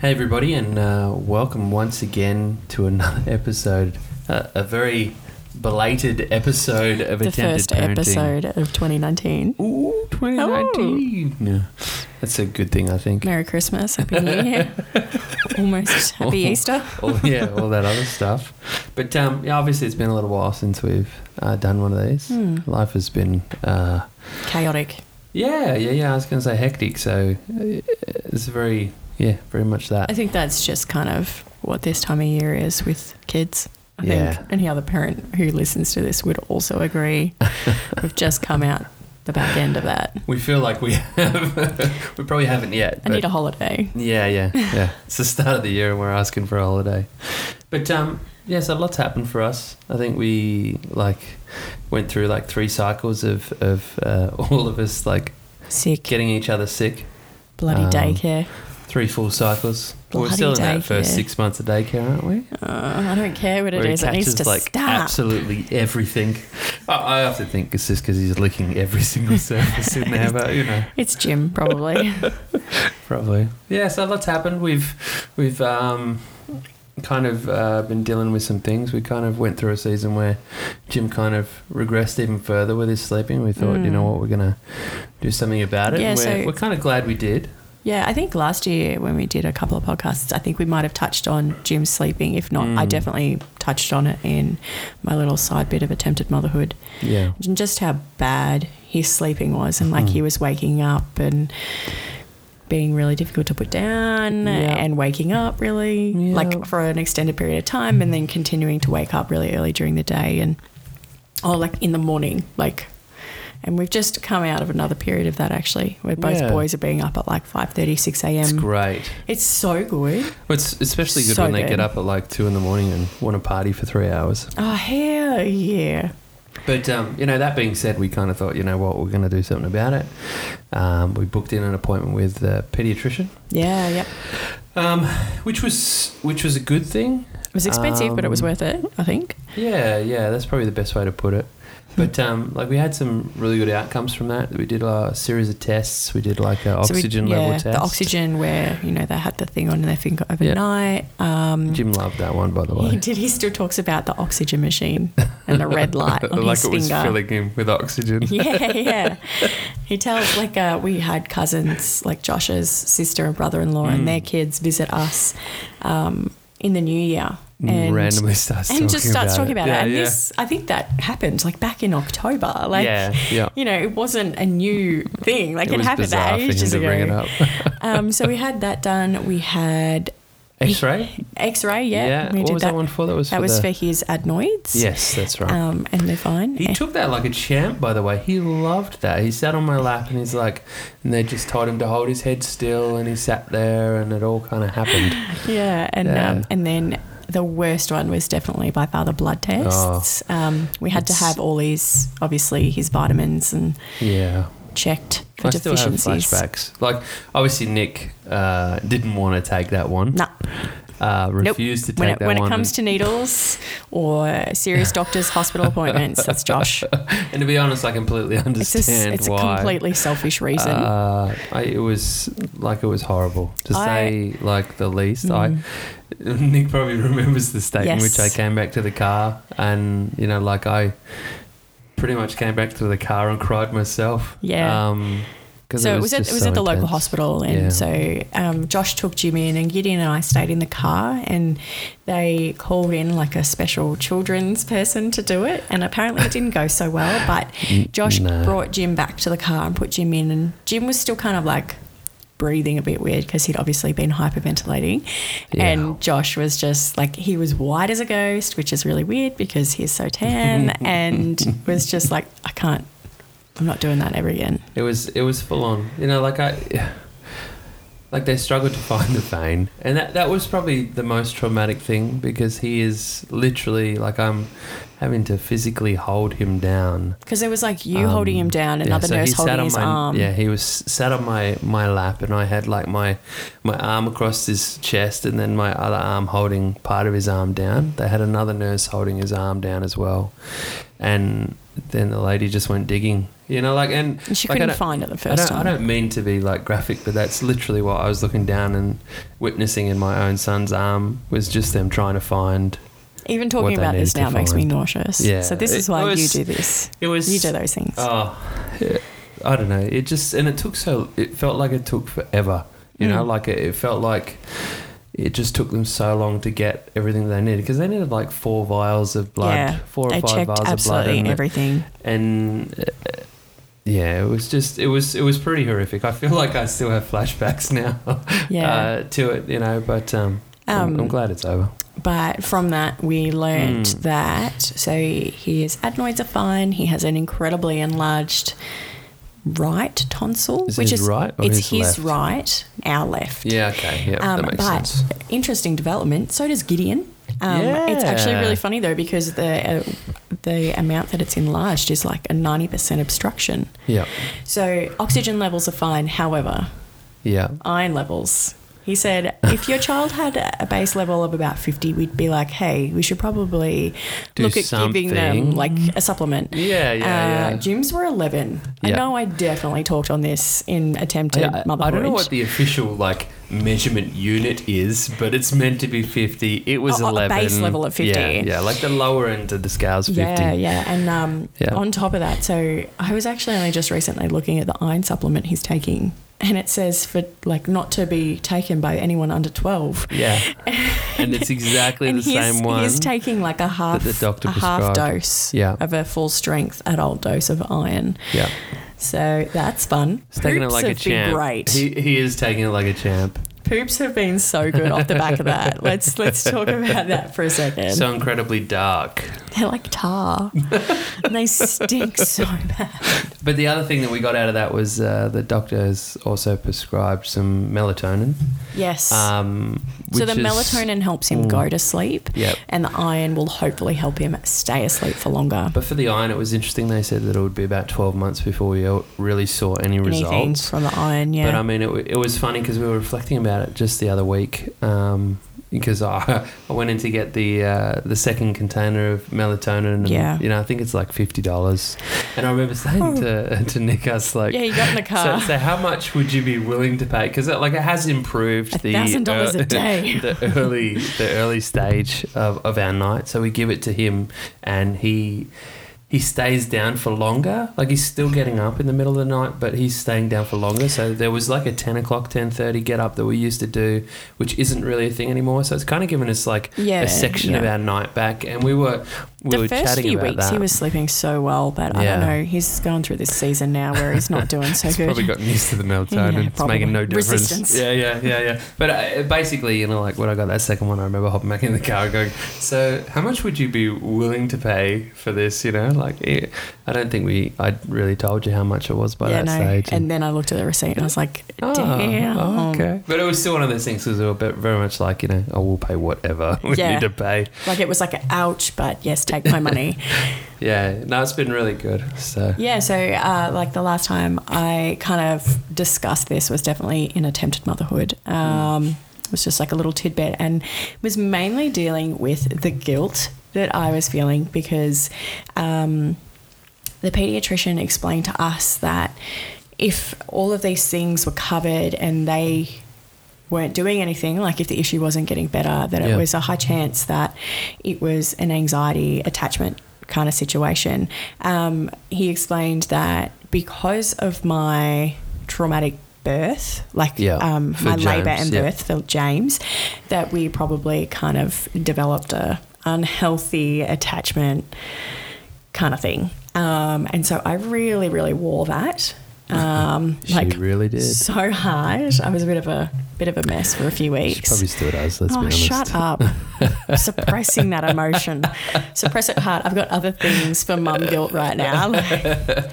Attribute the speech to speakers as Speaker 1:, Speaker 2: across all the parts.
Speaker 1: Hey, everybody, and uh, welcome once again to another episode, uh, a very belated episode of
Speaker 2: the
Speaker 1: Attempted
Speaker 2: first
Speaker 1: Parenting.
Speaker 2: episode of 2019.
Speaker 1: Ooh, 2019.
Speaker 2: Oh.
Speaker 1: Yeah. That's a good thing, I think.
Speaker 2: Merry Christmas, Happy New Year, almost Happy Easter.
Speaker 1: all, yeah, all that other stuff. But um, yeah, obviously, it's been a little while since we've uh, done one of these.
Speaker 2: Hmm.
Speaker 1: Life has been, uh,
Speaker 2: Chaotic.
Speaker 1: yeah, yeah, yeah. I was going to say hectic. So uh, it's very, yeah, very much
Speaker 2: I
Speaker 1: that.
Speaker 2: think that's just kind of what this time of year is with kids. I
Speaker 1: Yeah.
Speaker 2: think any other parent who listens to this would also agree. We've just come out the back end of that.
Speaker 1: We feel like we have, we probably haven't yet.
Speaker 2: I
Speaker 1: but-
Speaker 2: need a holiday.
Speaker 1: Yeah, yeah, yeah. it's the start of the year and we're asking for a holiday. But um, yeah, so lots happened for us. I think we like went through like three cycles of of uh, all of us like
Speaker 2: Sick,
Speaker 1: getting each other sick.
Speaker 2: bloody
Speaker 1: um,
Speaker 2: daycare.
Speaker 1: Three full cycles. we're
Speaker 2: Bloody
Speaker 1: still in that first
Speaker 2: daycare.
Speaker 1: six months of daycare, aren't we?
Speaker 2: Uh, I don't care what it
Speaker 1: he
Speaker 2: is. It needs
Speaker 1: catches,
Speaker 2: to
Speaker 1: like
Speaker 2: stop.
Speaker 1: absolutely everything. I, I often think it's just because he's licking every single surface in there, but you know.
Speaker 2: It's Jim, probably.
Speaker 1: Probably. Yeah, so that's happened. We've we've um, kind of uh, been dealing with some things. We kind of went through a season where Jim kind of regressed even further with his sleeping. We thought, you know
Speaker 2: Mm.
Speaker 1: what, we're gonna do something about it.
Speaker 2: Yeah,
Speaker 1: and we're,
Speaker 2: so-
Speaker 1: we're kind of glad we did.
Speaker 2: Yeah, I think last year when we did a couple of podcasts, I think we might have touched on Jim sleeping. If not, I
Speaker 1: Mm.
Speaker 2: definitely touched on it in my little side bit of attempted motherhood
Speaker 1: Yeah.
Speaker 2: and just how bad his sleeping was and like
Speaker 1: Mhm.
Speaker 2: he was waking up and being really difficult to put down
Speaker 1: Yeah.
Speaker 2: and waking up really
Speaker 1: Yeah. Hmm.
Speaker 2: like for an extended period of time and then continuing to wake up really early during the day and or like in the morning like and we've just come out of another period of that actually where both
Speaker 1: Yeah.
Speaker 2: boys are being up at like 5.30 6
Speaker 1: It's
Speaker 2: a.m
Speaker 1: great.
Speaker 2: it's so good
Speaker 1: Well, it's especially good
Speaker 2: Um, So
Speaker 1: when they
Speaker 2: good.
Speaker 1: get up at like two in the morning and want to party for three hours.
Speaker 2: oh hell yeah
Speaker 1: But um, you know, that being said, we kind of thought, you know what, we're going to do something about it. Um, we booked in an appointment with a pediatrician,
Speaker 2: yeah yep
Speaker 1: um, which was which was a good thing.
Speaker 2: it was expensive but it was
Speaker 1: Um,
Speaker 2: worth it i think
Speaker 1: Yeah, yeah, that's probably the best way to put it.
Speaker 2: Hmm.
Speaker 1: But um, like we had some really good outcomes from that. We did a series of tests. We did like an
Speaker 2: So we-
Speaker 1: oxygen level test.
Speaker 2: The oxygen where, you know, they had the thing on their finger overnight. Um,
Speaker 1: Jim loved that one, by the
Speaker 2: he
Speaker 1: way.
Speaker 2: did. He still talks about the oxygen machine and the red light on
Speaker 1: like
Speaker 2: his
Speaker 1: it was
Speaker 2: finger.
Speaker 1: filling him with oxygen.
Speaker 2: yeah, yeah. He tells like uh, we had cousins like Josh's sister and brother-in-law
Speaker 1: Mm.
Speaker 2: and their kids visit us um, in the new year and
Speaker 1: randomly starts
Speaker 2: and just starts talking about it.
Speaker 1: Yeah,
Speaker 2: And
Speaker 1: yeah.
Speaker 2: this, I think that happened like back in October. Like,
Speaker 1: yeah, yeah.
Speaker 2: you know, it wasn't a new thing. Like it,
Speaker 1: was
Speaker 2: happened
Speaker 1: bizarre for him
Speaker 2: ages
Speaker 1: to
Speaker 2: ago.
Speaker 1: bring it up.
Speaker 2: Um, so we had that done. We had
Speaker 1: X-ray.
Speaker 2: X-ray. Yeah, we
Speaker 1: What
Speaker 2: did
Speaker 1: was that.
Speaker 2: that.
Speaker 1: one for? That was
Speaker 2: That
Speaker 1: for
Speaker 2: was
Speaker 1: the-
Speaker 2: for his adenoids.
Speaker 1: Yes, that's right.
Speaker 2: Um, and they're fine.
Speaker 1: He took that like a champ, by the way. He loved that. He sat on my lap and he's like, and they just told him to hold his head still, and he sat there, and it all kind of happened.
Speaker 2: yeah, and
Speaker 1: Yeah.
Speaker 2: Um, and then the worst one was definitely by far the blood tests. Um, we
Speaker 1: Oh.
Speaker 2: had
Speaker 1: It's-
Speaker 2: to have all his, obviously, his vitamins and
Speaker 1: Yeah,
Speaker 2: checked for
Speaker 1: I still have
Speaker 2: deficiencies.
Speaker 1: flashbacks. Like, obviously, Nick uh, didn't want to take that one.
Speaker 2: Nah.
Speaker 1: uh,
Speaker 2: Nope.
Speaker 1: refused to take
Speaker 2: When it,
Speaker 1: that
Speaker 2: when it
Speaker 1: one.
Speaker 2: comes to needles or serious doctors, hospital appointments, that's Josh.
Speaker 1: and to be honest, I completely
Speaker 2: It's a, s-
Speaker 1: understand
Speaker 2: it's a
Speaker 1: why.
Speaker 2: completely selfish reason.
Speaker 1: Uh, I, it was like it was horrible to
Speaker 2: I- Hmm.
Speaker 1: say like the least. I Nick probably remembers the state in which I
Speaker 2: Yes.
Speaker 1: came back to the car, and you know, like I pretty much came back to the car and cried myself.
Speaker 2: Yeah.
Speaker 1: Um, 'cause
Speaker 2: So it was, at,
Speaker 1: just
Speaker 2: it was
Speaker 1: so
Speaker 2: at the local
Speaker 1: intense.
Speaker 2: hospital, and
Speaker 1: Yeah.
Speaker 2: so um, Josh took Jimmy in, and Gideon and I stayed in the car, and they called in like a special children's person to do it, and apparently it didn't go so well. But Josh
Speaker 1: no.
Speaker 2: brought Jim back to the car and put Jim in, and Jim was still kind of like breathing a bit weird because he'd obviously been hyperventilating,
Speaker 1: Yeah.
Speaker 2: and Josh was just like he was white as a ghost, which is really weird because he's so tan, and was just like I can't, I'm not doing that ever again.
Speaker 1: It was it was full on. You know, like I like they struggled to find the vein. And that that was probably the most traumatic thing because he is literally like I'm having to physically hold him down.
Speaker 2: Because there was like you
Speaker 1: Um,
Speaker 2: holding him down,
Speaker 1: yeah,
Speaker 2: another
Speaker 1: so
Speaker 2: nurse
Speaker 1: he sat
Speaker 2: holding
Speaker 1: on
Speaker 2: his
Speaker 1: my-
Speaker 2: arm.
Speaker 1: Yeah, he was sat on my, my lap, and I had like my my arm across his chest, and then my other arm holding part of his arm down. They had another nurse holding his arm down as well, and then the lady just went digging. You know, like and
Speaker 2: And she
Speaker 1: like, I
Speaker 2: couldn't
Speaker 1: don't-
Speaker 2: find it the
Speaker 1: I
Speaker 2: first
Speaker 1: don't, I
Speaker 2: time.
Speaker 1: don't mean to be like graphic, but that's literally what I was looking down and witnessing in my own son's arm was just them trying to find.
Speaker 2: Even
Speaker 1: what
Speaker 2: talking
Speaker 1: they
Speaker 2: about this
Speaker 1: need
Speaker 2: now
Speaker 1: to
Speaker 2: makes me
Speaker 1: find.
Speaker 2: nauseous.
Speaker 1: Yeah.
Speaker 2: So this is
Speaker 1: It
Speaker 2: why you
Speaker 1: was-
Speaker 2: do this.
Speaker 1: It was
Speaker 2: You do those things.
Speaker 1: Oh, yeah, I don't know. It just and it took so. It felt like it took forever. You know,
Speaker 2: Mm.
Speaker 1: like it, it felt like it just took them so long to get everything they needed because they needed like four vials of blood,
Speaker 2: Yeah,
Speaker 1: four or
Speaker 2: they
Speaker 1: five
Speaker 2: checked
Speaker 1: vials of blood,
Speaker 2: absolutely
Speaker 1: and it-
Speaker 2: everything.
Speaker 1: and uh, yeah, it was just it was it was pretty horrific. I feel like I still have flashbacks now
Speaker 2: Yeah.
Speaker 1: uh, to it, you know. But um, I'm, I'm
Speaker 2: Um,
Speaker 1: glad it's over.
Speaker 2: But from that, we learned
Speaker 1: Mm.
Speaker 2: that so his adenoids are fine. He has an incredibly enlarged right tonsil,
Speaker 1: Is
Speaker 2: which
Speaker 1: his
Speaker 2: is
Speaker 1: right or
Speaker 2: it's
Speaker 1: his
Speaker 2: his,
Speaker 1: left?
Speaker 2: right, our left.
Speaker 1: Yeah. Okay. Yeah,
Speaker 2: Um,
Speaker 1: that makes
Speaker 2: but
Speaker 1: sense.
Speaker 2: interesting development. So does Gideon. Um, It's actually
Speaker 1: Yeah.
Speaker 2: really funny though because the uh, the amount that it's enlarged is like a ninety percent obstruction.
Speaker 1: Yeah.
Speaker 2: So oxygen levels are fine. However,
Speaker 1: Yeah.
Speaker 2: iron levels. He said, if your child had a base level of about 50, we'd be like, hey, we should probably
Speaker 1: Do
Speaker 2: look at giving them
Speaker 1: something."
Speaker 2: like a supplement.
Speaker 1: Yeah. Yeah.
Speaker 2: uh,
Speaker 1: yeah.
Speaker 2: Gyms were 11. I
Speaker 1: Yeah.
Speaker 2: know I definitely talked on this in attempted
Speaker 1: Yeah, I,
Speaker 2: motherhood.
Speaker 1: I don't know what the official like measurement unit is, but it's meant to be fifty. It was
Speaker 2: Oh, oh, a
Speaker 1: eleven.
Speaker 2: base level of 50.
Speaker 1: Yeah, yeah, like the lower end of the scale's fifty.
Speaker 2: Yeah, yeah. And um,
Speaker 1: Yeah.
Speaker 2: on top of that, so I was actually only just recently looking at the iron supplement he's taking. And it says for like not to be taken by anyone under 12.
Speaker 1: Yeah. and it's exactly
Speaker 2: and
Speaker 1: the
Speaker 2: he's,
Speaker 1: same one.
Speaker 2: he's uh, taking like a half,
Speaker 1: the doctor
Speaker 2: a half
Speaker 1: prescribed.
Speaker 2: dose
Speaker 1: Yeah.
Speaker 2: of a full strength adult dose of iron.
Speaker 1: yeah,
Speaker 2: So that's fun.
Speaker 1: he's taking it
Speaker 2: Poops
Speaker 1: like a
Speaker 2: have been
Speaker 1: champ.
Speaker 2: great.
Speaker 1: He, he is taking it like a champ.
Speaker 2: Poops have been so good off the back of that. Let's let's talk about that for a second.
Speaker 1: So incredibly dark.
Speaker 2: They're like tar. and they stink so bad.
Speaker 1: But the other thing that we got out of that was uh, the doctors also prescribed some melatonin.
Speaker 2: Yes.
Speaker 1: Um,
Speaker 2: so
Speaker 1: which
Speaker 2: the
Speaker 1: is-
Speaker 2: melatonin helps him
Speaker 1: Mm.
Speaker 2: go to sleep,
Speaker 1: Yep.
Speaker 2: and the iron will hopefully help him stay asleep for longer.
Speaker 1: But for the iron, it was interesting. They said that it would be about 12 months before we o- really saw any
Speaker 2: Anything
Speaker 1: results.
Speaker 2: from the iron, yeah.
Speaker 1: But I mean, it, w- it was funny because we were reflecting about it just the other week. Um, because I, I went in to get the uh, the second container of melatonin. And,
Speaker 2: Yeah. Oh.
Speaker 1: You know, I think it's like fifty dollars. And I remember saying to to Nick, I was like,
Speaker 2: yeah, you got in the
Speaker 1: so,
Speaker 2: car.
Speaker 1: so how much would you be willing to pay? Because like it has improved the
Speaker 2: $1,000 a
Speaker 1: ear-
Speaker 2: day.
Speaker 1: the early the early stage of, of our night. So we give it to him, and he he stays down for longer. Like he's still getting up in the middle of the night, but he's staying down for longer. So there was like a ten o'clock, ten thirty get up that we used to do, which isn't really a thing anymore. So it's kind of given us like
Speaker 2: yeah.
Speaker 1: a section
Speaker 2: yeah.
Speaker 1: of our night back, and we were we were
Speaker 2: the first
Speaker 1: chatting
Speaker 2: few
Speaker 1: about
Speaker 2: weeks
Speaker 1: that.
Speaker 2: he was sleeping so well, but I don't
Speaker 1: Yeah.
Speaker 2: know. He's gone through this season now where he's not doing so
Speaker 1: It's
Speaker 2: good.
Speaker 1: probably gotten used to the melatonin.
Speaker 2: Yeah,
Speaker 1: it's making no
Speaker 2: probably.
Speaker 1: difference.
Speaker 2: Resistance.
Speaker 1: Yeah, yeah, yeah, yeah. But uh, basically, you know, like when I got that second one, I remember hopping back in the car and going, "So, how much would you be willing to pay for this?" You know, like eh, I don't think we, I really told you how much it was by
Speaker 2: yeah,
Speaker 1: that
Speaker 2: no.
Speaker 1: stage.
Speaker 2: And then I looked at the receipt and I was like,
Speaker 1: Oh,
Speaker 2: damn.
Speaker 1: okay. But it was still one of those things because we were bit- very much like, you know, I will pay whatever we
Speaker 2: Yeah.
Speaker 1: need to pay.
Speaker 2: Like it was like, a, ouch, but yes, take my money.
Speaker 1: Yeah. No, it's been really good. So,
Speaker 2: yeah, so uh, like the last time I kind of discussed this was definitely in attempted motherhood. Um, It was just like a little tidbit and was mainly dealing with the guilt that I was feeling because um, the pediatrician explained to us that if all of these things were covered and they weren't doing anything, like if the issue wasn't getting better, that
Speaker 1: Yeah.
Speaker 2: it was a high chance that it was an anxiety attachment kind of situation. Um, he explained that because of my traumatic birth, like
Speaker 1: Yeah,
Speaker 2: um,
Speaker 1: for
Speaker 2: my labour
Speaker 1: James,
Speaker 2: and
Speaker 1: yeah.
Speaker 2: birth, for James, that we probably kind of developed a unhealthy attachment kind of thing. Um, and so I really, really wore that. Um,
Speaker 1: she
Speaker 2: like
Speaker 1: really did.
Speaker 2: so hard. I was a bit of a bit of a mess for a few
Speaker 1: She
Speaker 2: weeks.
Speaker 1: probably still does, let's be
Speaker 2: oh,
Speaker 1: honest.
Speaker 2: shut up! Suppressing that emotion, suppress it hard. I've got other things for mum guilt right now.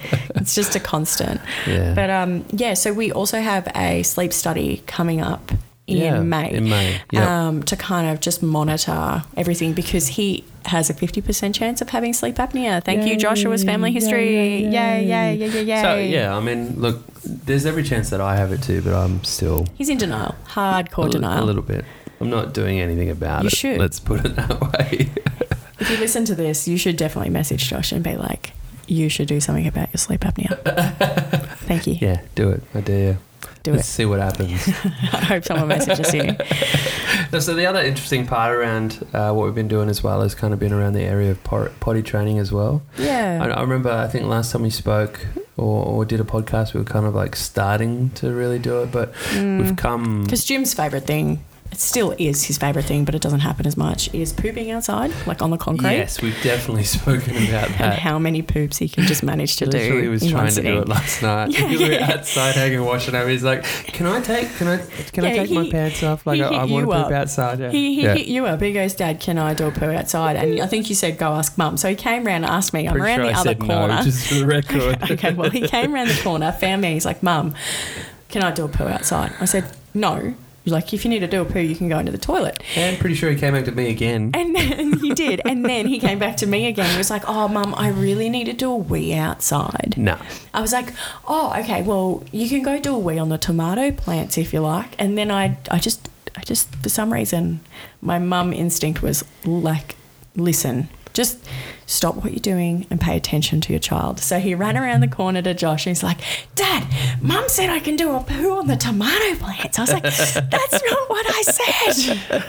Speaker 2: Like, it's just a constant.
Speaker 1: Yeah.
Speaker 2: But um, yeah, so we also have a sleep study coming up in
Speaker 1: yeah,
Speaker 2: May.
Speaker 1: In May. Yeah.
Speaker 2: um, to kind of just monitor everything because he has a 50% chance of having sleep apnea. Thank you, Joshua's family history. Yay, yay, yay, yay, yay.
Speaker 1: so yeah, I mean, look, there's every chance that I have it too, but I'm still
Speaker 2: He's in denial, hardcore
Speaker 1: a, li-
Speaker 2: denial.
Speaker 1: a little bit. I'm not doing anything about
Speaker 2: You
Speaker 1: it.
Speaker 2: should.
Speaker 1: Let's put it that way.
Speaker 2: If you listen to this, you should definitely message Josh and be like, you should do something about your sleep apnea. Thank you.
Speaker 1: yeah, do it. I dare you.
Speaker 2: Do
Speaker 1: Let's
Speaker 2: it.
Speaker 1: see what happens.
Speaker 2: I hope someone messages you.
Speaker 1: No, So the other interesting part around uh, what we've been doing as well has kind of been around the area of por- potty training as well. I,
Speaker 2: Yeah.
Speaker 1: I remember I think last time we spoke or, or did a podcast, we were kind of like starting to really do it, but
Speaker 2: Mm.
Speaker 1: we've come.
Speaker 2: Because Jim's favourite thing, it still is his favourite thing, but it doesn't happen as much, is pooping outside, like on the concrete.
Speaker 1: Yes, we've definitely spoken about
Speaker 2: and
Speaker 1: that.
Speaker 2: how many poops he can just manage to do.
Speaker 1: Literally was
Speaker 2: in one
Speaker 1: trying to do
Speaker 2: sitting.
Speaker 1: it last night.
Speaker 2: Yeah,
Speaker 1: we were
Speaker 2: yeah.
Speaker 1: outside hanging, washing over. He's like, "Can I take? Can I? Can I
Speaker 2: Yeah,
Speaker 1: take my
Speaker 2: he-
Speaker 1: pants off? Like,
Speaker 2: he
Speaker 1: I,
Speaker 2: hit
Speaker 1: I want
Speaker 2: you
Speaker 1: to poop
Speaker 2: up.
Speaker 1: outside." Yeah.
Speaker 2: He, he
Speaker 1: Yeah.
Speaker 2: hit you up. He goes, Dad, can I do a poo outside? And I think you said, go ask mum. So he came round and asked me. I'm
Speaker 1: Pretty
Speaker 2: around
Speaker 1: sure
Speaker 2: the
Speaker 1: I
Speaker 2: other
Speaker 1: said
Speaker 2: corner.
Speaker 1: no, just for the record.
Speaker 2: okay, well, he came round the corner, found me. He's like, Mum, can I do a poo outside? I said, No. He's like, if you need to do a poo, you can go into the toilet.
Speaker 1: and pretty sure he came back to me again.
Speaker 2: And then he did. And then he came back to me again. He was like, Oh, Mum, I really need to do a wee outside.
Speaker 1: No.
Speaker 2: I was like, oh, okay, well, you can go do a wee on the tomato plants if you like. And then I, I just, I just, for some reason, my mum instinct was like, listen, just stop what you're doing and pay attention to your child. So he ran around the corner to Josh and he's like, Dad, mum said I can do a poo on the tomato plants. I was like, that's not what I said.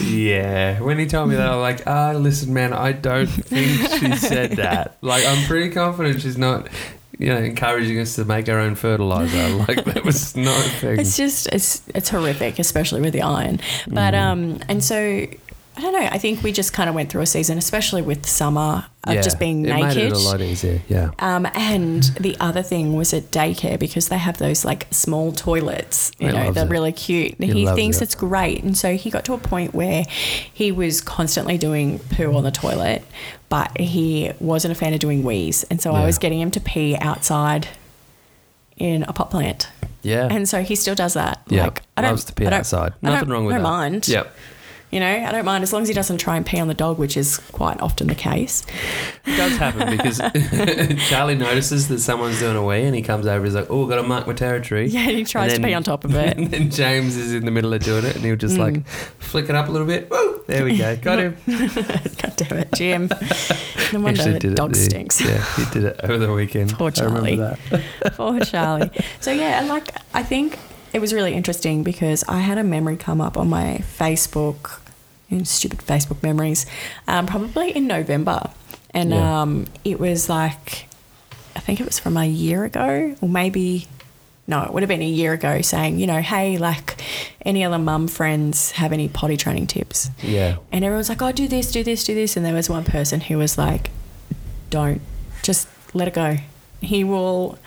Speaker 1: Yeah, when he told me that, I'm like, ah, listen, man, I don't think she said that. Like, I'm pretty confident she's not, you know, encouraging us to make our own fertilizer. Like, that was not a thing.
Speaker 2: It's just it's it's horrific, especially with the iron. But
Speaker 1: Mm-hmm.
Speaker 2: um, and so I don't know. I think we just kind of went through a season, especially with summer of
Speaker 1: Yeah,
Speaker 2: just being
Speaker 1: it
Speaker 2: naked.
Speaker 1: made it a lot easier. Yeah.
Speaker 2: Um, and the other thing was at daycare because they have those like small toilets, you
Speaker 1: He
Speaker 2: know,
Speaker 1: loves
Speaker 2: they're
Speaker 1: it.
Speaker 2: really cute. And
Speaker 1: He
Speaker 2: he
Speaker 1: loves
Speaker 2: thinks
Speaker 1: it.
Speaker 2: it's great. And so he got to a point where he was constantly doing poo on the toilet, but he wasn't a fan of doing wheeze. And so I
Speaker 1: Yeah.
Speaker 2: was getting him to pee outside in a pot plant.
Speaker 1: Yeah.
Speaker 2: And so he still does that.
Speaker 1: yeah.
Speaker 2: Like, I don't,
Speaker 1: Loves to pee
Speaker 2: I don't,
Speaker 1: outside.
Speaker 2: I don't-
Speaker 1: Nothing wrong with
Speaker 2: I don't
Speaker 1: that.
Speaker 2: mind.
Speaker 1: Yep.
Speaker 2: You know, I don't mind as long as he doesn't try and pee on the dog, which is quite often the case.
Speaker 1: It does happen because Charlie notices that someone's doing a wee and he comes over. He's like, oh, got to mark my territory.
Speaker 2: Yeah, he tries
Speaker 1: then-
Speaker 2: to pee on top of it. Hmm.
Speaker 1: And then James is in the middle of doing it and he'll just like flick it up a little bit. Woo! There we go. Got him.
Speaker 2: God damn it, Jim. No wonder
Speaker 1: Actually
Speaker 2: the
Speaker 1: did
Speaker 2: dog
Speaker 1: it, the-
Speaker 2: stinks.
Speaker 1: Yeah, he did it over the weekend.
Speaker 2: Poor
Speaker 1: I
Speaker 2: Charlie.
Speaker 1: remember that.
Speaker 2: Poor Charlie. So yeah, and like I think it was really interesting because I had a memory come up on my Facebook, you know, stupid Facebook memories, um, probably in November, and
Speaker 1: Yeah.
Speaker 2: um, it was like I think it was from a year ago or maybe. No, it would have been a year ago saying, you know, hey, like any other mum friends have any potty training tips?
Speaker 1: Yeah.
Speaker 2: And everyone's like, oh, do this, do this, do this. And there was one person who was like, don't, just let it go. He will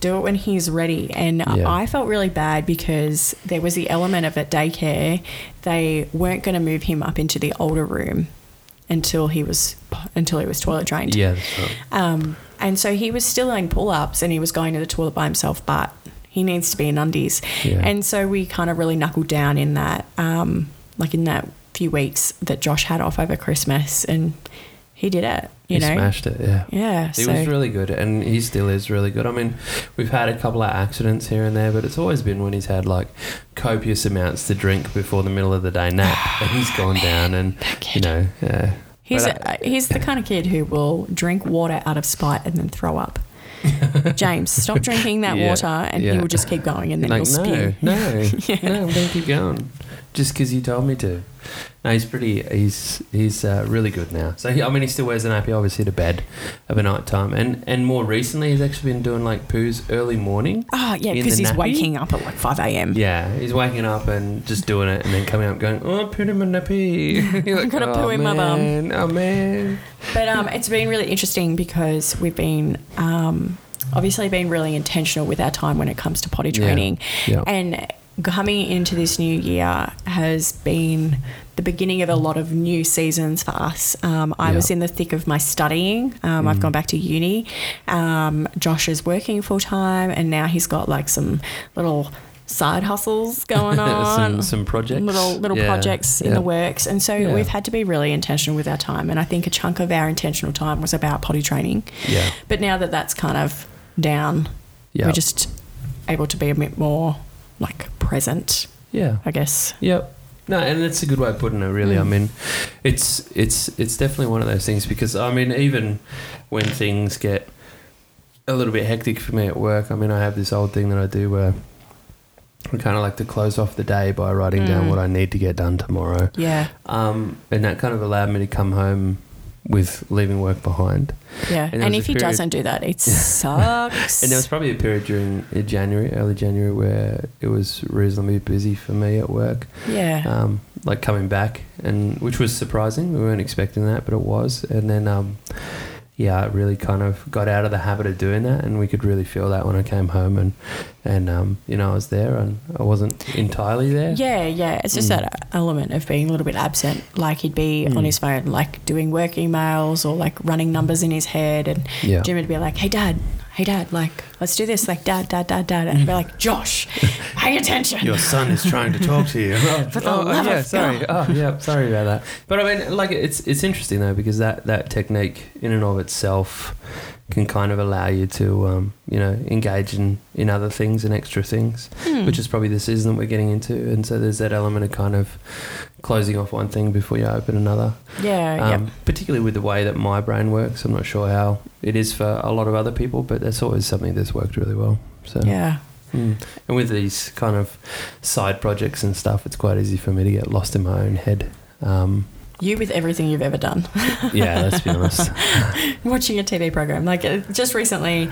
Speaker 2: do it when he's ready. And
Speaker 1: Yeah.
Speaker 2: I felt really bad because there was the element of at daycare, they weren't going to move him up into the older room until he was until he was toilet trained.
Speaker 1: Yeah, that's right.
Speaker 2: Um, and so he was still doing pull ups and he was going to the toilet by himself, but he needs to be in undies.
Speaker 1: Yeah.
Speaker 2: And so we kind of really knuckled down in that, um, like in that few weeks that Josh had off over Christmas and he did it, you
Speaker 1: he
Speaker 2: know?
Speaker 1: smashed it. Yeah.
Speaker 2: Yeah.
Speaker 1: He
Speaker 2: so
Speaker 1: was really good, and he still is really good. I mean, we've had a couple of accidents here and there, but it's always been when he's had like copious amounts to drink before the middle of the day nap, and he's gone down, and you know, yeah.
Speaker 2: he's,
Speaker 1: But
Speaker 2: a, uh, he's the kind of kid who will drink water out of spite and then throw up. James, stop drinking that
Speaker 1: Yeah,
Speaker 2: water and
Speaker 1: yeah.
Speaker 2: he will just keep going and then
Speaker 1: like
Speaker 2: he'll
Speaker 1: no,
Speaker 2: spew.
Speaker 1: no, no, I'm gonna keep going, just because you told me to. No, he's pretty. He's he's uh, really good now. So he, I mean, he still wears an nappy obviously to bed over night time, and and more recently he's actually been doing like poos early morning.
Speaker 2: Oh, yeah,
Speaker 1: In the
Speaker 2: because he's
Speaker 1: nappy?
Speaker 2: waking up at like 5 a.m.
Speaker 1: Yeah, he's waking up and just doing it, and then coming up going, "Oh, I pooed in my nappy." You're
Speaker 2: I'm gonna
Speaker 1: "Oh,
Speaker 2: poo in my bum."
Speaker 1: man, Oh man.
Speaker 2: But um, it's been really interesting because we've been um, obviously been really intentional with our time when it comes to potty
Speaker 1: Yeah.
Speaker 2: training,
Speaker 1: Yeah.
Speaker 2: and coming into this new year has been the beginning of a lot of new seasons for us. Um, I
Speaker 1: Yeah. Mm.
Speaker 2: was in the thick of my studying. Um, I've gone back to uni. Um, Josh is working full time, and now he's got like some little side hustles going on.
Speaker 1: some, some projects.
Speaker 2: Little little
Speaker 1: Yeah,
Speaker 2: projects in
Speaker 1: yeah.
Speaker 2: the works, and so
Speaker 1: Yeah.
Speaker 2: we've had to be really intentional with our time. And I think a chunk of our intentional time was about potty training.
Speaker 1: Yeah.
Speaker 2: But now that that's kind of down,
Speaker 1: Yeah.
Speaker 2: we're just able to be a bit more like present,
Speaker 1: yeah.
Speaker 2: I guess.
Speaker 1: Yep. No, and it's a good way of putting it. Really, I
Speaker 2: Mm.
Speaker 1: mean, it's it's it's definitely one of those things because I mean, even when things get a little bit hectic for me at work, I mean, I have this old thing that I do where I kind of like to close off the day by writing down
Speaker 2: Mm.
Speaker 1: what I need to get done tomorrow,
Speaker 2: Yeah,
Speaker 1: um, and that kind of allowed me to come home with leaving work behind.
Speaker 2: yeah.
Speaker 1: And there
Speaker 2: And,
Speaker 1: was
Speaker 2: if
Speaker 1: a
Speaker 2: he
Speaker 1: period-
Speaker 2: doesn't do that, it sucks.
Speaker 1: And there was probably a period during uh, January, early January, where it was reasonably busy for me at work.
Speaker 2: yeah.
Speaker 1: um, like coming back, and which was surprising. We weren't expecting that, but it was. And then, um, yeah, I really kind of got out of the habit of doing that, and we could really feel that when I came home, and and um, you know, I was there, and I wasn't entirely there.
Speaker 2: Yeah, yeah. It's just
Speaker 1: Mm.
Speaker 2: that element of being a little bit absent. Like he'd be
Speaker 1: Mm.
Speaker 2: on his phone, like doing work emails or like running numbers in his head. And
Speaker 1: yeah,
Speaker 2: Jim would be like, hey, dad, hey, dad, like, let's do this. Like, dad, dad, dad, dad. And I'd be like, Josh, pay attention.
Speaker 1: Your son is trying to talk to you. oh,
Speaker 2: For the love
Speaker 1: yeah,
Speaker 2: of
Speaker 1: sorry. Oh, yeah, sorry about that. But I mean, like, it's it's interesting though because that that technique in and of itself can kind of allow you to, um, you know, engage in in other things and extra things.
Speaker 2: Hmm.
Speaker 1: which is probably the season that we're getting into. And so there's that element of kind of closing off one thing before you open another.
Speaker 2: yeah,
Speaker 1: Um,
Speaker 2: yeah.
Speaker 1: Particularly with the way that my brain works, I'm not sure how it is for a lot of other people, but that's always something that's worked really well. So
Speaker 2: Yeah.
Speaker 1: mm. and with these kind of side projects and stuff, it's quite easy for me to get lost in my own head. Um,
Speaker 2: You with everything you've ever done.
Speaker 1: yeah, let's be honest.
Speaker 2: watching a TV program. Like uh, just recently,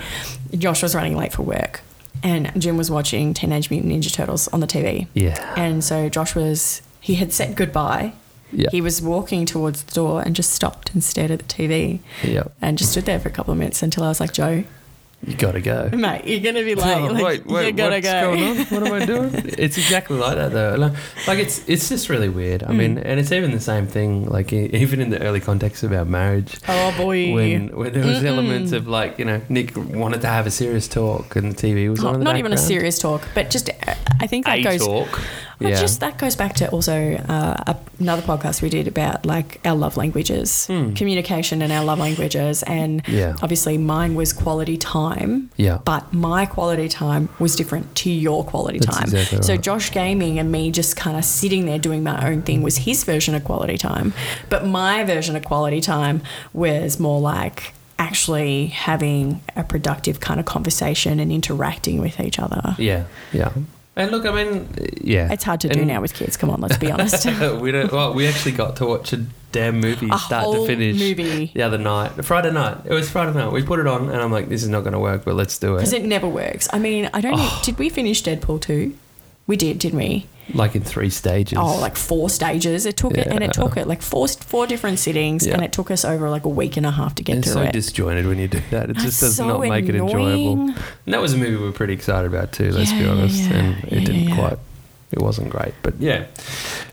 Speaker 2: Josh was running late for work, and Jim was watching Teenage Mutant Ninja Turtles on the TV.
Speaker 1: Yeah,
Speaker 2: And so Josh was he had said goodbye.
Speaker 1: Yeah.
Speaker 2: He was walking towards the door and just stopped and stared at the TV
Speaker 1: yeah,
Speaker 2: and just stood there for a couple of minutes until I was like, Joe,
Speaker 1: you gotta go.
Speaker 2: mate, you're gonna be late.
Speaker 1: Oh,
Speaker 2: like,
Speaker 1: wait, wait,
Speaker 2: you gotta
Speaker 1: what's
Speaker 2: go.
Speaker 1: going on? What am I doing? it's exactly like that though. Like, like, it's it's just really weird. I
Speaker 2: Hmm.
Speaker 1: mean, and it's even the same thing. Like e- even in the early context of our marriage,
Speaker 2: Oh boy.
Speaker 1: when when there was
Speaker 2: Mm-mm.
Speaker 1: elements of like you know Nick wanted to have a serious talk and the TV was on.
Speaker 2: not
Speaker 1: in the
Speaker 2: Oh, not even a
Speaker 1: background.
Speaker 2: serious talk, but just uh, I think that
Speaker 1: a
Speaker 2: goes.
Speaker 1: talk.
Speaker 2: Well,
Speaker 1: yeah.
Speaker 2: just that goes back to also uh, a- another podcast we did about like our love languages,
Speaker 1: Hmm.
Speaker 2: communication, and our love languages, and
Speaker 1: yeah.
Speaker 2: obviously mine was quality time,
Speaker 1: Yeah.
Speaker 2: but my quality time was different to your quality
Speaker 1: That's
Speaker 2: time.
Speaker 1: exactly
Speaker 2: So
Speaker 1: right.
Speaker 2: Josh gaming and me just kind of sitting there doing my own thing was his version of quality time, but my version of quality time was more like actually having a productive kind of conversation and interacting with each other.
Speaker 1: Yeah. Yeah. And look, I mean, yeah.
Speaker 2: It's hard to do
Speaker 1: And-
Speaker 2: now with kids. Come on, let's be honest.
Speaker 1: we don't. Well, we actually got to watch a damn movie
Speaker 2: a
Speaker 1: start to
Speaker 2: whole
Speaker 1: finish.
Speaker 2: movie
Speaker 1: the other night, Friday night. It was Friday night. We put it on, and I'm like, "This is not going to work, but let's do
Speaker 2: because
Speaker 1: it."
Speaker 2: it never works. I mean, I don't. know
Speaker 1: Oh.
Speaker 2: Did we finish Deadpool two? We did, didn't we?
Speaker 1: Like in three stages.
Speaker 2: Oh, like four stages. It took it, and
Speaker 1: Yeah.
Speaker 2: it took it like four four different sittings,
Speaker 1: Yeah.
Speaker 2: and it took us over like a week and a half to get
Speaker 1: it's
Speaker 2: through
Speaker 1: so
Speaker 2: it.
Speaker 1: disjointed when you do that. It
Speaker 2: That's
Speaker 1: just does
Speaker 2: so
Speaker 1: not make it enjoyable.
Speaker 2: annoying.
Speaker 1: And that was a movie we were pretty excited about too. Let's
Speaker 2: Yeah,
Speaker 1: be
Speaker 2: yeah,
Speaker 1: honest,
Speaker 2: yeah.
Speaker 1: and it
Speaker 2: Yeah,
Speaker 1: didn't
Speaker 2: yeah, yeah.
Speaker 1: quite. It wasn't great, but yeah.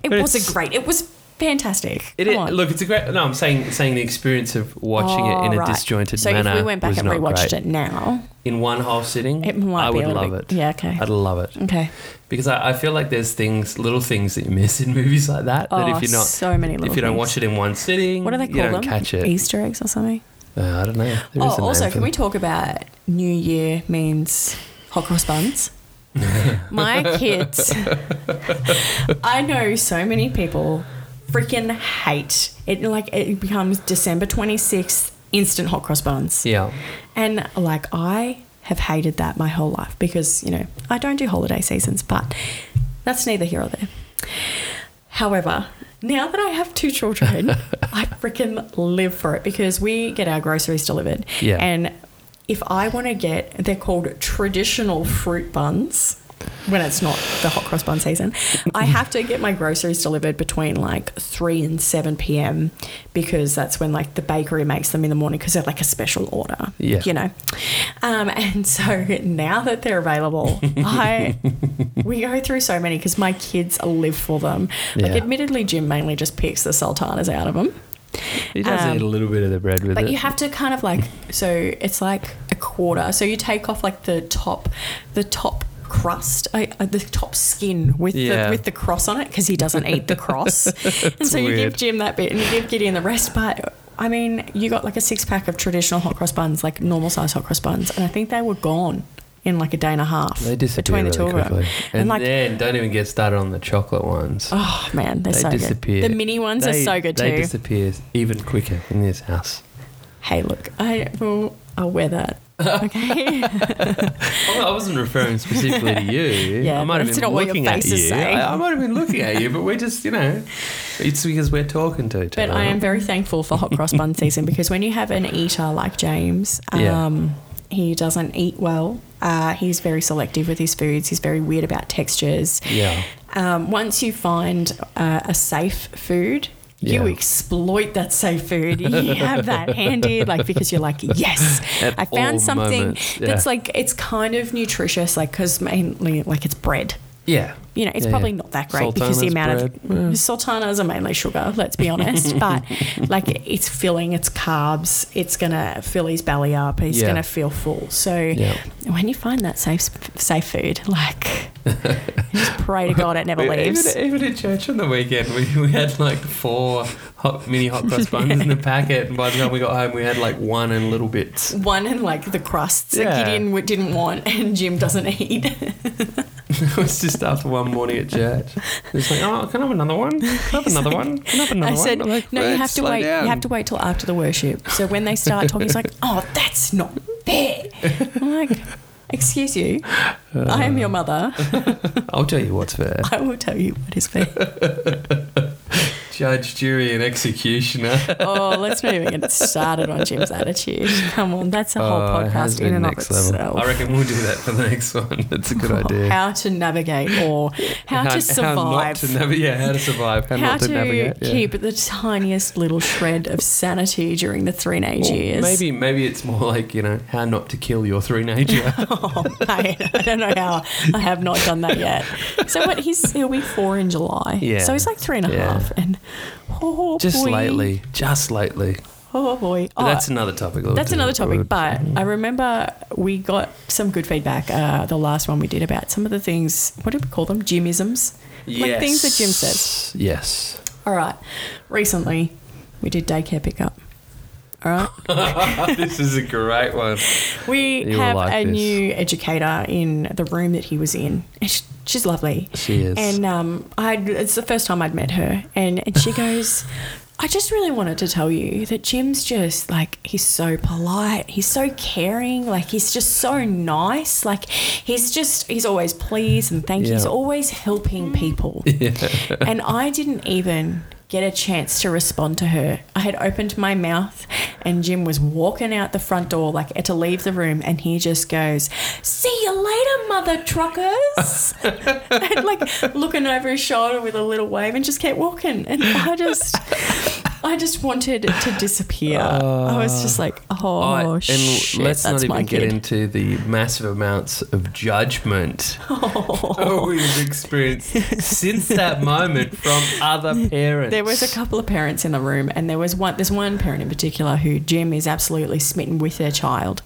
Speaker 2: It
Speaker 1: But
Speaker 2: wasn't
Speaker 1: it's-
Speaker 2: great. It was fantastic.
Speaker 1: It,
Speaker 2: Come
Speaker 1: it,
Speaker 2: on.
Speaker 1: look, it's a great. No, I'm saying saying the experience of watching
Speaker 2: Oh,
Speaker 1: it in a
Speaker 2: right.
Speaker 1: disjointed
Speaker 2: so
Speaker 1: manner
Speaker 2: if we went back
Speaker 1: was
Speaker 2: and
Speaker 1: not
Speaker 2: rewatched
Speaker 1: great.
Speaker 2: it now,
Speaker 1: in one whole sitting,
Speaker 2: it might
Speaker 1: I
Speaker 2: be
Speaker 1: would
Speaker 2: a little
Speaker 1: love
Speaker 2: bit.
Speaker 1: it.
Speaker 2: Yeah. Okay.
Speaker 1: I'd love it.
Speaker 2: okay.
Speaker 1: because I, I feel like there's things, little things that you miss in movies like that.
Speaker 2: Oh,
Speaker 1: that if you're not,
Speaker 2: so many little.
Speaker 1: if you don't
Speaker 2: things.
Speaker 1: watch it in one sitting,
Speaker 2: What do they
Speaker 1: you
Speaker 2: call
Speaker 1: don't
Speaker 2: them?
Speaker 1: catch it.
Speaker 2: Easter eggs or something?
Speaker 1: Uh, I don't know. There is a
Speaker 2: oh,
Speaker 1: name
Speaker 2: also,
Speaker 1: for
Speaker 2: can
Speaker 1: them.
Speaker 2: we talk about New Year means hot cross buns? My kids, I know so many people freaking hate it. Like it becomes December twenty sixth, instant hot cross buns,
Speaker 1: Yeah,
Speaker 2: and like I have hated that my whole life because you know I don't do holiday seasons, but that's neither here or there. However, now that I have two children, I freaking live for it because we get our groceries delivered.
Speaker 1: Yeah.
Speaker 2: And if I want to get, they're called traditional fruit buns when it's not the hot cross bun season. I have to get my groceries delivered between like 3 and 7 p.m. because that's when like the bakery makes them in the morning because they're like a special order.
Speaker 1: Yeah.
Speaker 2: You know? Um, and so now that they're available, I we go through so many because my kids live for them. Like,
Speaker 1: Yeah.
Speaker 2: admittedly, Jim mainly just picks the sultanas out of them.
Speaker 1: he does
Speaker 2: Um,
Speaker 1: eat a little bit of the bread with
Speaker 2: But
Speaker 1: it.
Speaker 2: you have to kind of like, so it's like a quarter. So you take off like the top, the top crust, I, uh, the top skin with
Speaker 1: Yeah.
Speaker 2: the with the cross on it because he doesn't eat the cross, and so you
Speaker 1: weird.
Speaker 2: give Jim that bit and you give Gideon the rest. But I mean, you got like a six pack of traditional hot cross buns, like normal size hot cross buns, and I think they were gone in like a day and a half
Speaker 1: They disappear
Speaker 2: between the two
Speaker 1: really
Speaker 2: of them.
Speaker 1: quickly. And,
Speaker 2: like-
Speaker 1: then don't even get started on the chocolate ones.
Speaker 2: Oh man, they're
Speaker 1: they
Speaker 2: so
Speaker 1: disappear.
Speaker 2: good. The mini ones
Speaker 1: they,
Speaker 2: are so good
Speaker 1: They
Speaker 2: too.
Speaker 1: disappear even quicker in this house.
Speaker 2: hey, look, I will I'll wear that. Okay.
Speaker 1: I I wasn't referring specifically to you.
Speaker 2: Yeah,
Speaker 1: I might have
Speaker 2: that's
Speaker 1: been
Speaker 2: not what your
Speaker 1: looking
Speaker 2: face
Speaker 1: at
Speaker 2: is
Speaker 1: you.
Speaker 2: saying.
Speaker 1: I, I might have been looking at you, but we're just, you know, it's because we're talking to each
Speaker 2: But
Speaker 1: other.
Speaker 2: I am very thankful for hot cross bun season because when you have an eater like James,
Speaker 1: Yeah.
Speaker 2: um, he doesn't eat well. Uh, he's very selective with his foods. He's very weird about textures.
Speaker 1: Yeah.
Speaker 2: Um, once you find uh, a safe food, you
Speaker 1: Yeah.
Speaker 2: exploit that safe food. You have that handy, like because you're like, yes,
Speaker 1: At
Speaker 2: I
Speaker 1: all
Speaker 2: found something
Speaker 1: moments, yeah.
Speaker 2: that's like it's kind of nutritious, like because mainly like it's bread
Speaker 1: Yeah.
Speaker 2: you know, it's
Speaker 1: Yeah,
Speaker 2: probably
Speaker 1: yeah.
Speaker 2: not that great because the
Speaker 1: Sultanas
Speaker 2: amount of
Speaker 1: bread, yeah.
Speaker 2: sultanas are mainly sugar, let's be honest. but like it's filling, it's carbs, it's gonna fill his belly up, he's
Speaker 1: Yeah.
Speaker 2: gonna feel full. So
Speaker 1: Yeah.
Speaker 2: when you find that safe safe food, like just pray to God it never leaves.
Speaker 1: Even, E-, even at church on the weekend, we, we had like four hot, mini hot cross buns in the packet, and by the time we got home, we had like one and little bits.
Speaker 2: One in like the crusts
Speaker 1: Yeah.
Speaker 2: that Gideon w- didn't want and Jim doesn't eat.
Speaker 1: It was just after one morning at church. It's like, oh, can I have another one? Can I have another one? Can I have another
Speaker 2: I
Speaker 1: one?
Speaker 2: said,
Speaker 1: I'm like,
Speaker 2: no, you
Speaker 1: "Wait,
Speaker 2: have to
Speaker 1: slow
Speaker 2: wait.
Speaker 1: down."
Speaker 2: You have to wait till after the worship. So when they start talking, he's like, oh, that's not fair. I'm like, excuse you,
Speaker 1: Uh.
Speaker 2: I am your mother.
Speaker 1: I'll tell you what's fair.
Speaker 2: I will tell you what is fair.
Speaker 1: Judge, jury, and executioner.
Speaker 2: oh, let's not even get started on Jim's attitude. Come on, that's a whole
Speaker 1: Oh, it has
Speaker 2: podcast
Speaker 1: been
Speaker 2: in and of
Speaker 1: next level.
Speaker 2: itself. Oh,
Speaker 1: I reckon we'll do that for the next one. That's a good idea.
Speaker 2: How to navigate or how, to survive.
Speaker 1: How not to navigate? Yeah, how to survive? How,
Speaker 2: How
Speaker 1: not to,
Speaker 2: to
Speaker 1: navigate? yeah.
Speaker 2: keep the tiniest little shred of sanity during the teenage
Speaker 1: Well,
Speaker 2: years.
Speaker 1: Maybe, maybe it's more like you know how not to kill your teenager.
Speaker 2: Oh, mate, I don't know how I have not done that yet. So what he's he'll be four in July.
Speaker 1: Yeah.
Speaker 2: So he's like three and a
Speaker 1: Yeah.
Speaker 2: half, and oh
Speaker 1: just
Speaker 2: boy.
Speaker 1: lately, just lately.
Speaker 2: Oh boy.
Speaker 1: But
Speaker 2: Oh,
Speaker 1: that's another topic. we'll
Speaker 2: That's
Speaker 1: do.
Speaker 2: another topic,
Speaker 1: We'll-
Speaker 2: but I remember we got some good feedback. Uh, the last one we did about some of the things. What did we call them? Jimisms. Like things that Jim says.
Speaker 1: Yes.
Speaker 2: All right. Recently, we did daycare pickup. All right.
Speaker 1: this is a great one.
Speaker 2: We
Speaker 1: You will
Speaker 2: have
Speaker 1: like
Speaker 2: a
Speaker 1: this.
Speaker 2: new educator in the room that he was in. And sh- She's lovely.
Speaker 1: She is.
Speaker 2: And um, I it's the first time I'd met her, and and she goes. I just really wanted to tell you that Jim's just like he's so polite, he's so caring, like he's just so nice, like he's just he's always pleased and thank you, he's
Speaker 1: Yeah.
Speaker 2: always helping people. and I didn't even get a chance to respond to her. I had opened my mouth and Jim was walking out the front door like to leave the room and he just goes, "See you later, mother truckers." and like looking over his shoulder with a little wave and just kept walking. And I just, I just wanted to disappear. I was just like, oh,
Speaker 1: I- Ah. and
Speaker 2: shit,
Speaker 1: let's
Speaker 2: that's
Speaker 1: not
Speaker 2: my
Speaker 1: even
Speaker 2: kid.
Speaker 1: get into the massive amounts of judgment oh. we've experienced since that moment from other parents.
Speaker 2: There was a couple of parents in the room, and there was one. There's one parent in particular who Jim is absolutely smitten with their child,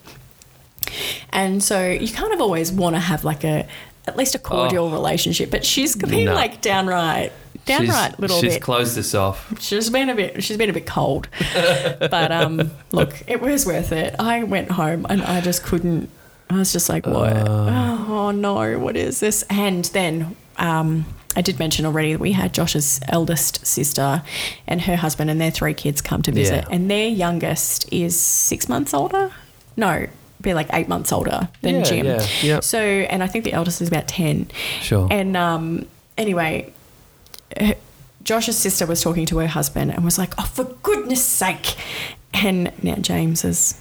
Speaker 2: and so you kind of always want to have like a at least a cordial
Speaker 1: Oh.
Speaker 2: relationship. But she's been
Speaker 1: No.
Speaker 2: like downright, downright
Speaker 1: she's,
Speaker 2: little
Speaker 1: She's
Speaker 2: bit.
Speaker 1: closed us off.
Speaker 2: She's been a bit. She's been a bit cold, but um, look, it was worth it. I went home and I just couldn't. I was just like, what?
Speaker 1: Uh.
Speaker 2: oh no, what is this? And then um, I did mention already that we had Josh's eldest sister and her husband and their three kids come to visit,
Speaker 1: Yeah.
Speaker 2: and their youngest is six months older. No. Be like eight months older than
Speaker 1: Yeah,
Speaker 2: Jim.
Speaker 1: yeah, yeah.
Speaker 2: So, and I think the eldest is about 10.
Speaker 1: Sure.
Speaker 2: And um, anyway, her- Josh's sister was talking to her husband and was like, "Oh, for goodness sake!" And now James has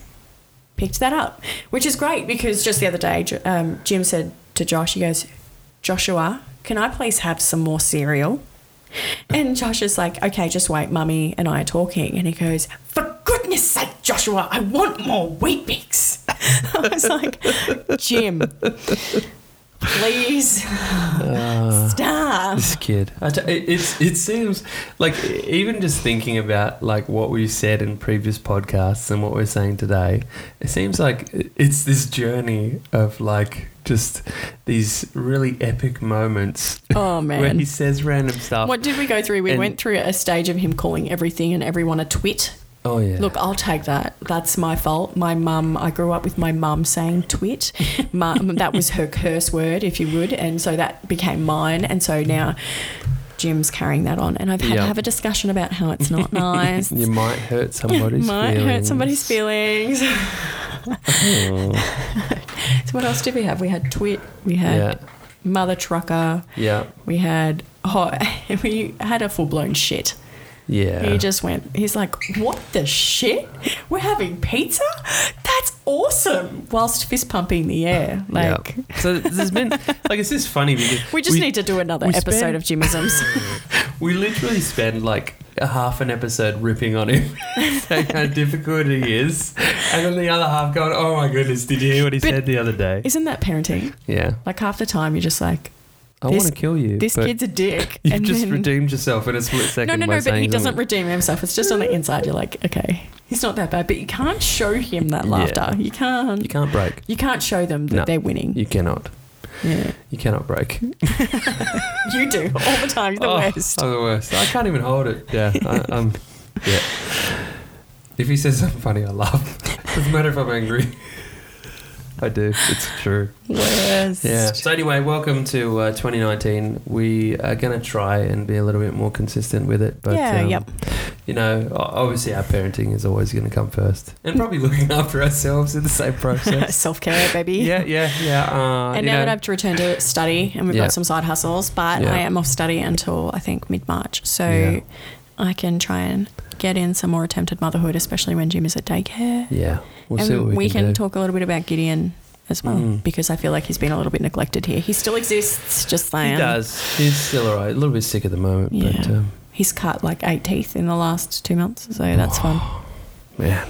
Speaker 2: picked that up, which is great because just the other day, J- um, Jim said to Josh, "He goes, Joshua, can I please have some more cereal?" And Josh is like, "Okay, just wait, Mummy and I are talking." And he goes, "For goodness sake, Joshua, I want more wheat bix." I was like, "Jim." Please
Speaker 1: Ah.
Speaker 2: stop.
Speaker 1: this kid. I t- it, it's, it seems like even just thinking about like what we've said in previous podcasts and what we're saying today, it seems like it's this journey of like just these really epic moments
Speaker 2: Oh
Speaker 1: where he
Speaker 2: man.
Speaker 1: says random stuff.
Speaker 2: What did we go through? We
Speaker 1: And-
Speaker 2: went through a stage of him calling everything and everyone a twit.
Speaker 1: Oh yeah.
Speaker 2: Look, I'll take that. That's my fault. My mum, I grew up with my mum saying twit. mum, that was her curse word, if you would. And so that became mine. And so now Jim's carrying that on. And I've had
Speaker 1: Yeah.
Speaker 2: to have a discussion about how it's not nice.
Speaker 1: you might hurt somebody's
Speaker 2: Might
Speaker 1: feelings.
Speaker 2: hurt somebody's feelings. so
Speaker 1: Oh,
Speaker 2: what else did we have? We had twit. We had
Speaker 1: yeah.
Speaker 2: mother trucker.
Speaker 1: Yeah.
Speaker 2: We had oh, we had a full blown shit.
Speaker 1: Yeah.
Speaker 2: He just went. He's like, "What the shit? We're having pizza? That's awesome!" Whilst fist pumping the air,
Speaker 1: Yeah.
Speaker 2: like
Speaker 1: So there's been like it's just funny because
Speaker 2: we just
Speaker 1: we-
Speaker 2: need to do another
Speaker 1: we
Speaker 2: episode
Speaker 1: spend-
Speaker 2: of Jimisms.
Speaker 1: We literally spend like a half an episode ripping on him, saying how difficult he is, and then the other half going, "Oh my goodness, did you hear what he
Speaker 2: But-
Speaker 1: said the other day?"
Speaker 2: Isn't that parenting?
Speaker 1: Yeah,
Speaker 2: Like half the time, you're just like,
Speaker 1: I
Speaker 2: this-
Speaker 1: want to kill you.
Speaker 2: "This
Speaker 1: but
Speaker 2: kid's a dick,"
Speaker 1: You've just redeemed yourself in a split second.
Speaker 2: no, no,
Speaker 1: by
Speaker 2: no. But he
Speaker 1: saying
Speaker 2: doesn't
Speaker 1: something.
Speaker 2: redeem himself. It's just on the inside. You're like, okay, he's not that bad. But you can't show him that
Speaker 1: Yeah.
Speaker 2: laughter. You can't.
Speaker 1: you can't break.
Speaker 2: You can't show them that
Speaker 1: No.
Speaker 2: they're winning.
Speaker 1: You cannot.
Speaker 2: Yeah.
Speaker 1: You cannot break.
Speaker 2: You do all the time. You're the
Speaker 1: Oh,
Speaker 2: worst.
Speaker 1: I'm the worst. I can't even hold it. Yeah, I, I'm. Yeah. If he says something funny, I laugh. Doesn't matter if I'm angry. I do. It's true.
Speaker 2: Worst.
Speaker 1: Yeah. So anyway, welcome to uh, 2019. We are going to try and be a little bit more consistent with it, but
Speaker 2: yeah.
Speaker 1: um,
Speaker 2: yep.
Speaker 1: you know, o- obviously our parenting is always going to come first, and probably looking after ourselves in the same process.
Speaker 2: Self care, baby.
Speaker 1: yeah, yeah, yeah. Uh,
Speaker 2: And
Speaker 1: you
Speaker 2: now
Speaker 1: know,
Speaker 2: that I've returned to study and we've
Speaker 1: Yeah.
Speaker 2: got some side hustles, but
Speaker 1: Yeah.
Speaker 2: I am off study until I think mid March. So
Speaker 1: Yeah.
Speaker 2: I can try and get in some more attempted motherhood, especially when Jim is at daycare.
Speaker 1: yeah, we'll
Speaker 2: and
Speaker 1: see what we, can, do.
Speaker 2: talk a little bit about Gideon as well
Speaker 1: Mm.
Speaker 2: because I feel like he's been a little bit neglected here. He still exists, just
Speaker 1: He
Speaker 2: saying.
Speaker 1: does. He's still alright. A little bit sick at the moment, but
Speaker 2: Yeah.
Speaker 1: um,
Speaker 2: He's cut like eight teeth in the last two months, so that's fun.
Speaker 1: man,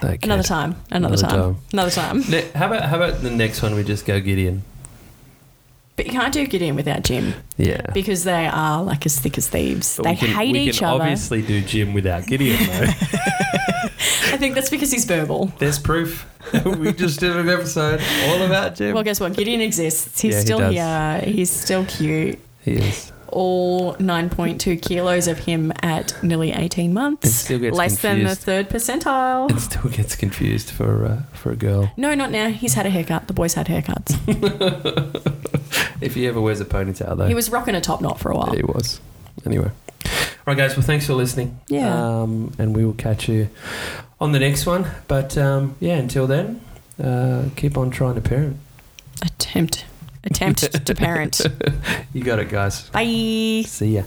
Speaker 1: that kid.
Speaker 2: Another time, another,
Speaker 1: Another
Speaker 2: time,
Speaker 1: time.
Speaker 2: another time.
Speaker 1: Ne- how about how about the next one? We just go Gideon.
Speaker 2: But you can't do Gideon without Jim
Speaker 1: Yeah.
Speaker 2: because they are like as thick as thieves.
Speaker 1: But
Speaker 2: they
Speaker 1: we can,
Speaker 2: hate
Speaker 1: we
Speaker 2: each
Speaker 1: can
Speaker 2: other.
Speaker 1: obviously do Jim without Gideon though.
Speaker 2: I think that's because he's verbal.
Speaker 1: There's proof. we just did an episode all about Jim.
Speaker 2: Well, guess what? Gideon exists. He's
Speaker 1: Yeah, he
Speaker 2: still
Speaker 1: does.
Speaker 2: here. He's still cute.
Speaker 1: he is.
Speaker 2: All 9.2 kilos of him at nearly 18 months.
Speaker 1: And still gets
Speaker 2: Less than the
Speaker 1: confused.
Speaker 2: third percentile.
Speaker 1: And still gets confused for uh, for a girl.
Speaker 2: No, not now. He's had a haircut. The boys had haircuts.
Speaker 1: If he ever wears a ponytail, though,
Speaker 2: he was rocking a top knot for a while.
Speaker 1: He was. Anyway, right, guys. Well, thanks for listening.
Speaker 2: Yeah.
Speaker 1: Um, and we will catch you on the next one. But um, yeah, until then, uh, keep on trying to parent.
Speaker 2: Attempt. Attempt to parent.
Speaker 1: You got it, guys.
Speaker 2: Bye.
Speaker 1: See ya.